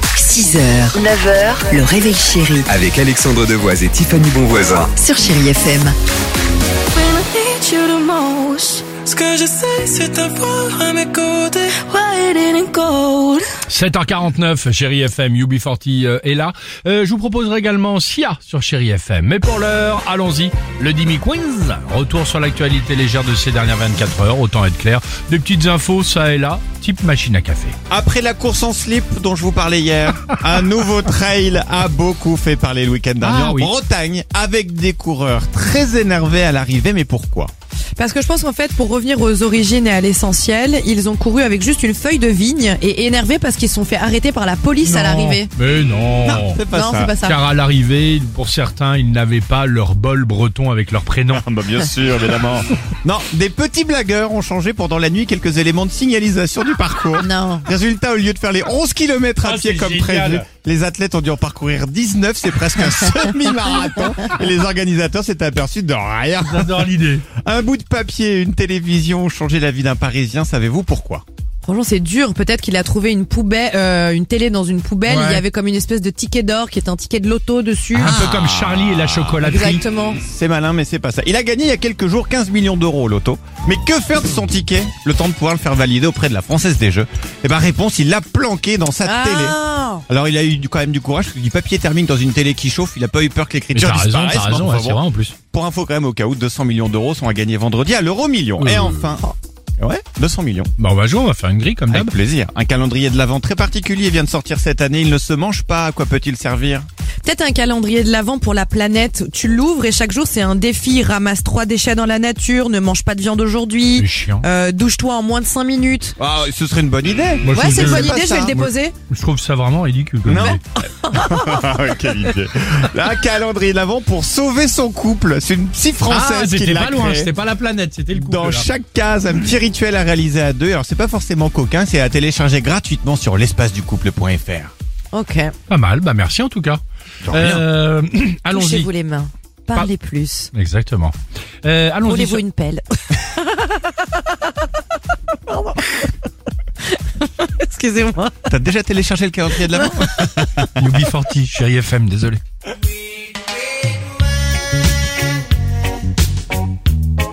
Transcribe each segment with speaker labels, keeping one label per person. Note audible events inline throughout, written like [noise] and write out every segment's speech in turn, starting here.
Speaker 1: 6h, 9h, le réveil chéri
Speaker 2: Avec Alexandre Devoise et Tiffany Bonvoisin.
Speaker 1: sur Chéri FM.
Speaker 3: when I need you the most.
Speaker 4: Ce que je sais, c'est t'avoir à mes côtés.
Speaker 3: Why it didn't gold?
Speaker 5: 7h49, chérie FM, UB40 euh, est là. Euh, je vous proposerai également Sia sur chérie FM. Mais pour l'heure, allons-y, le Dimi Queens. Retour sur l'actualité légère de ces dernières 24 heures, autant être clair. Des petites infos, ça et là, type machine à café.
Speaker 6: Après la course en slip dont je vous parlais hier,
Speaker 5: [laughs]
Speaker 6: un nouveau trail a beaucoup fait parler le week-end dernier
Speaker 5: Ah
Speaker 6: en
Speaker 5: oui.
Speaker 6: Bretagne avec des coureurs très énervés à l'arrivée. Mais pourquoi
Speaker 7: Parce que je pense qu'en fait, pour revenir aux origines et à l'essentiel, ils ont couru avec juste une feuille de vigne et énervés parce qu'ils se sont fait arrêter par la police à l'arrivée.
Speaker 5: Mais non,
Speaker 6: Non, c'est pas
Speaker 7: Non,
Speaker 6: ça.
Speaker 7: c'est pas ça.
Speaker 5: Car à l'arrivée, pour certains, ils n'avaient pas leur bol breton avec leur prénom.
Speaker 6: bien sûr, évidemment. non, des petits blagueurs ont changé pendant la nuit quelques éléments de signalisation
Speaker 5: [laughs]
Speaker 6: du parcours.
Speaker 7: Non.
Speaker 6: Résultat, au lieu de faire les 11 km à
Speaker 5: Ah,
Speaker 6: pied
Speaker 5: c'est
Speaker 6: comme
Speaker 5: génial.
Speaker 6: prévu, les athlètes ont dû en parcourir 19, c'est
Speaker 5: [laughs]
Speaker 6: presque un semi-marathon. Et les organisateurs s'étaient aperçus de rien.
Speaker 5: J'adore l'idée.
Speaker 6: Un bout de papier, et une télévision ont changé la vie d'un Parisien, savez-vous pourquoi
Speaker 7: Franchement, c'est dur. Peut-être qu'il a trouvé une poubelle, euh, une télé dans une poubelle.
Speaker 6: Ouais. Ah,
Speaker 7: Il y avait comme une espèce de ticket d'or qui est un ticket de loto dessus.
Speaker 5: Un peu comme Charlie et la chocolaterie.
Speaker 7: Ah. Exactement.
Speaker 6: C'est malin, mais c'est pas ça. Il a gagné il y a quelques jours 15 millions d'euros au loto. Mais que faire de son ticket Le temps de pouvoir le faire valider auprès de la Française des Jeux. Eh ben réponse, il l'a planqué dans sa télé.
Speaker 7: Ah.
Speaker 6: Alors il a eu du- quand même du courage, parce que du papier thermique dans une télé qui chauffe, il a pas eu peur
Speaker 5: Mais
Speaker 6: que l'écriture
Speaker 5: t'as raison,
Speaker 6: disparaisse.
Speaker 5: t'as
Speaker 6: mais
Speaker 5: raison,
Speaker 6: enfin
Speaker 5: ouais, c'est
Speaker 6: bon.
Speaker 5: vrai en plus.
Speaker 6: Pour info quand même, au cas où, 200 millions d'euros sont à gagner vendredi à l'euro million.
Speaker 5: Oui.
Speaker 6: Et enfin... Ouais, 200 millions.
Speaker 5: Bah on va jouer, on va faire une grille comme d'hab.
Speaker 6: Avec plaisir. Un calendrier de l'Avent très particulier vient de sortir cette année. Il ne se mange pas. À quoi peut-il servir
Speaker 7: Peut-être un calendrier de l'avant pour la planète. Tu l'ouvres et chaque jour c'est un défi. Ramasse trois déchets dans la nature. Ne mange pas de viande
Speaker 5: C'est
Speaker 7: aujourd'hui.
Speaker 5: chiant.
Speaker 7: Euh, Douche-toi en moins de cinq minutes.
Speaker 6: Ah, ce serait une bonne idée.
Speaker 5: Moi, je
Speaker 7: Ouais,
Speaker 5: trouve
Speaker 7: c'est une
Speaker 5: que-
Speaker 7: bonne
Speaker 6: pas
Speaker 7: idée. Je
Speaker 6: ça.
Speaker 7: vais le déposer.
Speaker 5: Je trouve ça vraiment ridicule. comme
Speaker 6: Non. Ah,
Speaker 5: idée.
Speaker 6: [laughs] Quelle idée. Un calendrier de l'Avent pour sauver son couple. C'est une psy
Speaker 5: Ah,
Speaker 6: française qui
Speaker 5: c'était
Speaker 6: l'a
Speaker 5: pas loin,
Speaker 6: créé.
Speaker 5: c'était pas la planète, c'était le couple.
Speaker 6: Dans
Speaker 5: là.
Speaker 6: chaque case, un petit rituel à réaliser à deux. Alors, c'est pas forcément coquin, c'est à télécharger gratuitement sur l'espaceducouple.fr.
Speaker 7: Ok.
Speaker 5: Pas mal, bah merci en tout cas.
Speaker 6: Dans rien.
Speaker 5: Euh, [clears throat] Allons-y.
Speaker 7: Touchez-vous les mains. Parlez plus.
Speaker 5: Exactement. Euh, Allons-y.
Speaker 7: Roulez-vous
Speaker 5: [laughs]
Speaker 7: une pelle. Pardon. Excusez-moi.
Speaker 6: T'as déjà téléchargé le calendrier de l'Avent
Speaker 5: Youbi Forti, chérie FM, désolé.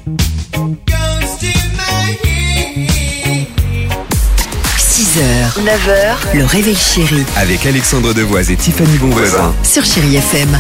Speaker 4: Goes to my head.
Speaker 1: 6h, 9h, le réveil chéri
Speaker 2: Avec Alexandre Devoise et Tiffany Bonvoisin.
Speaker 1: sur Chéri FM.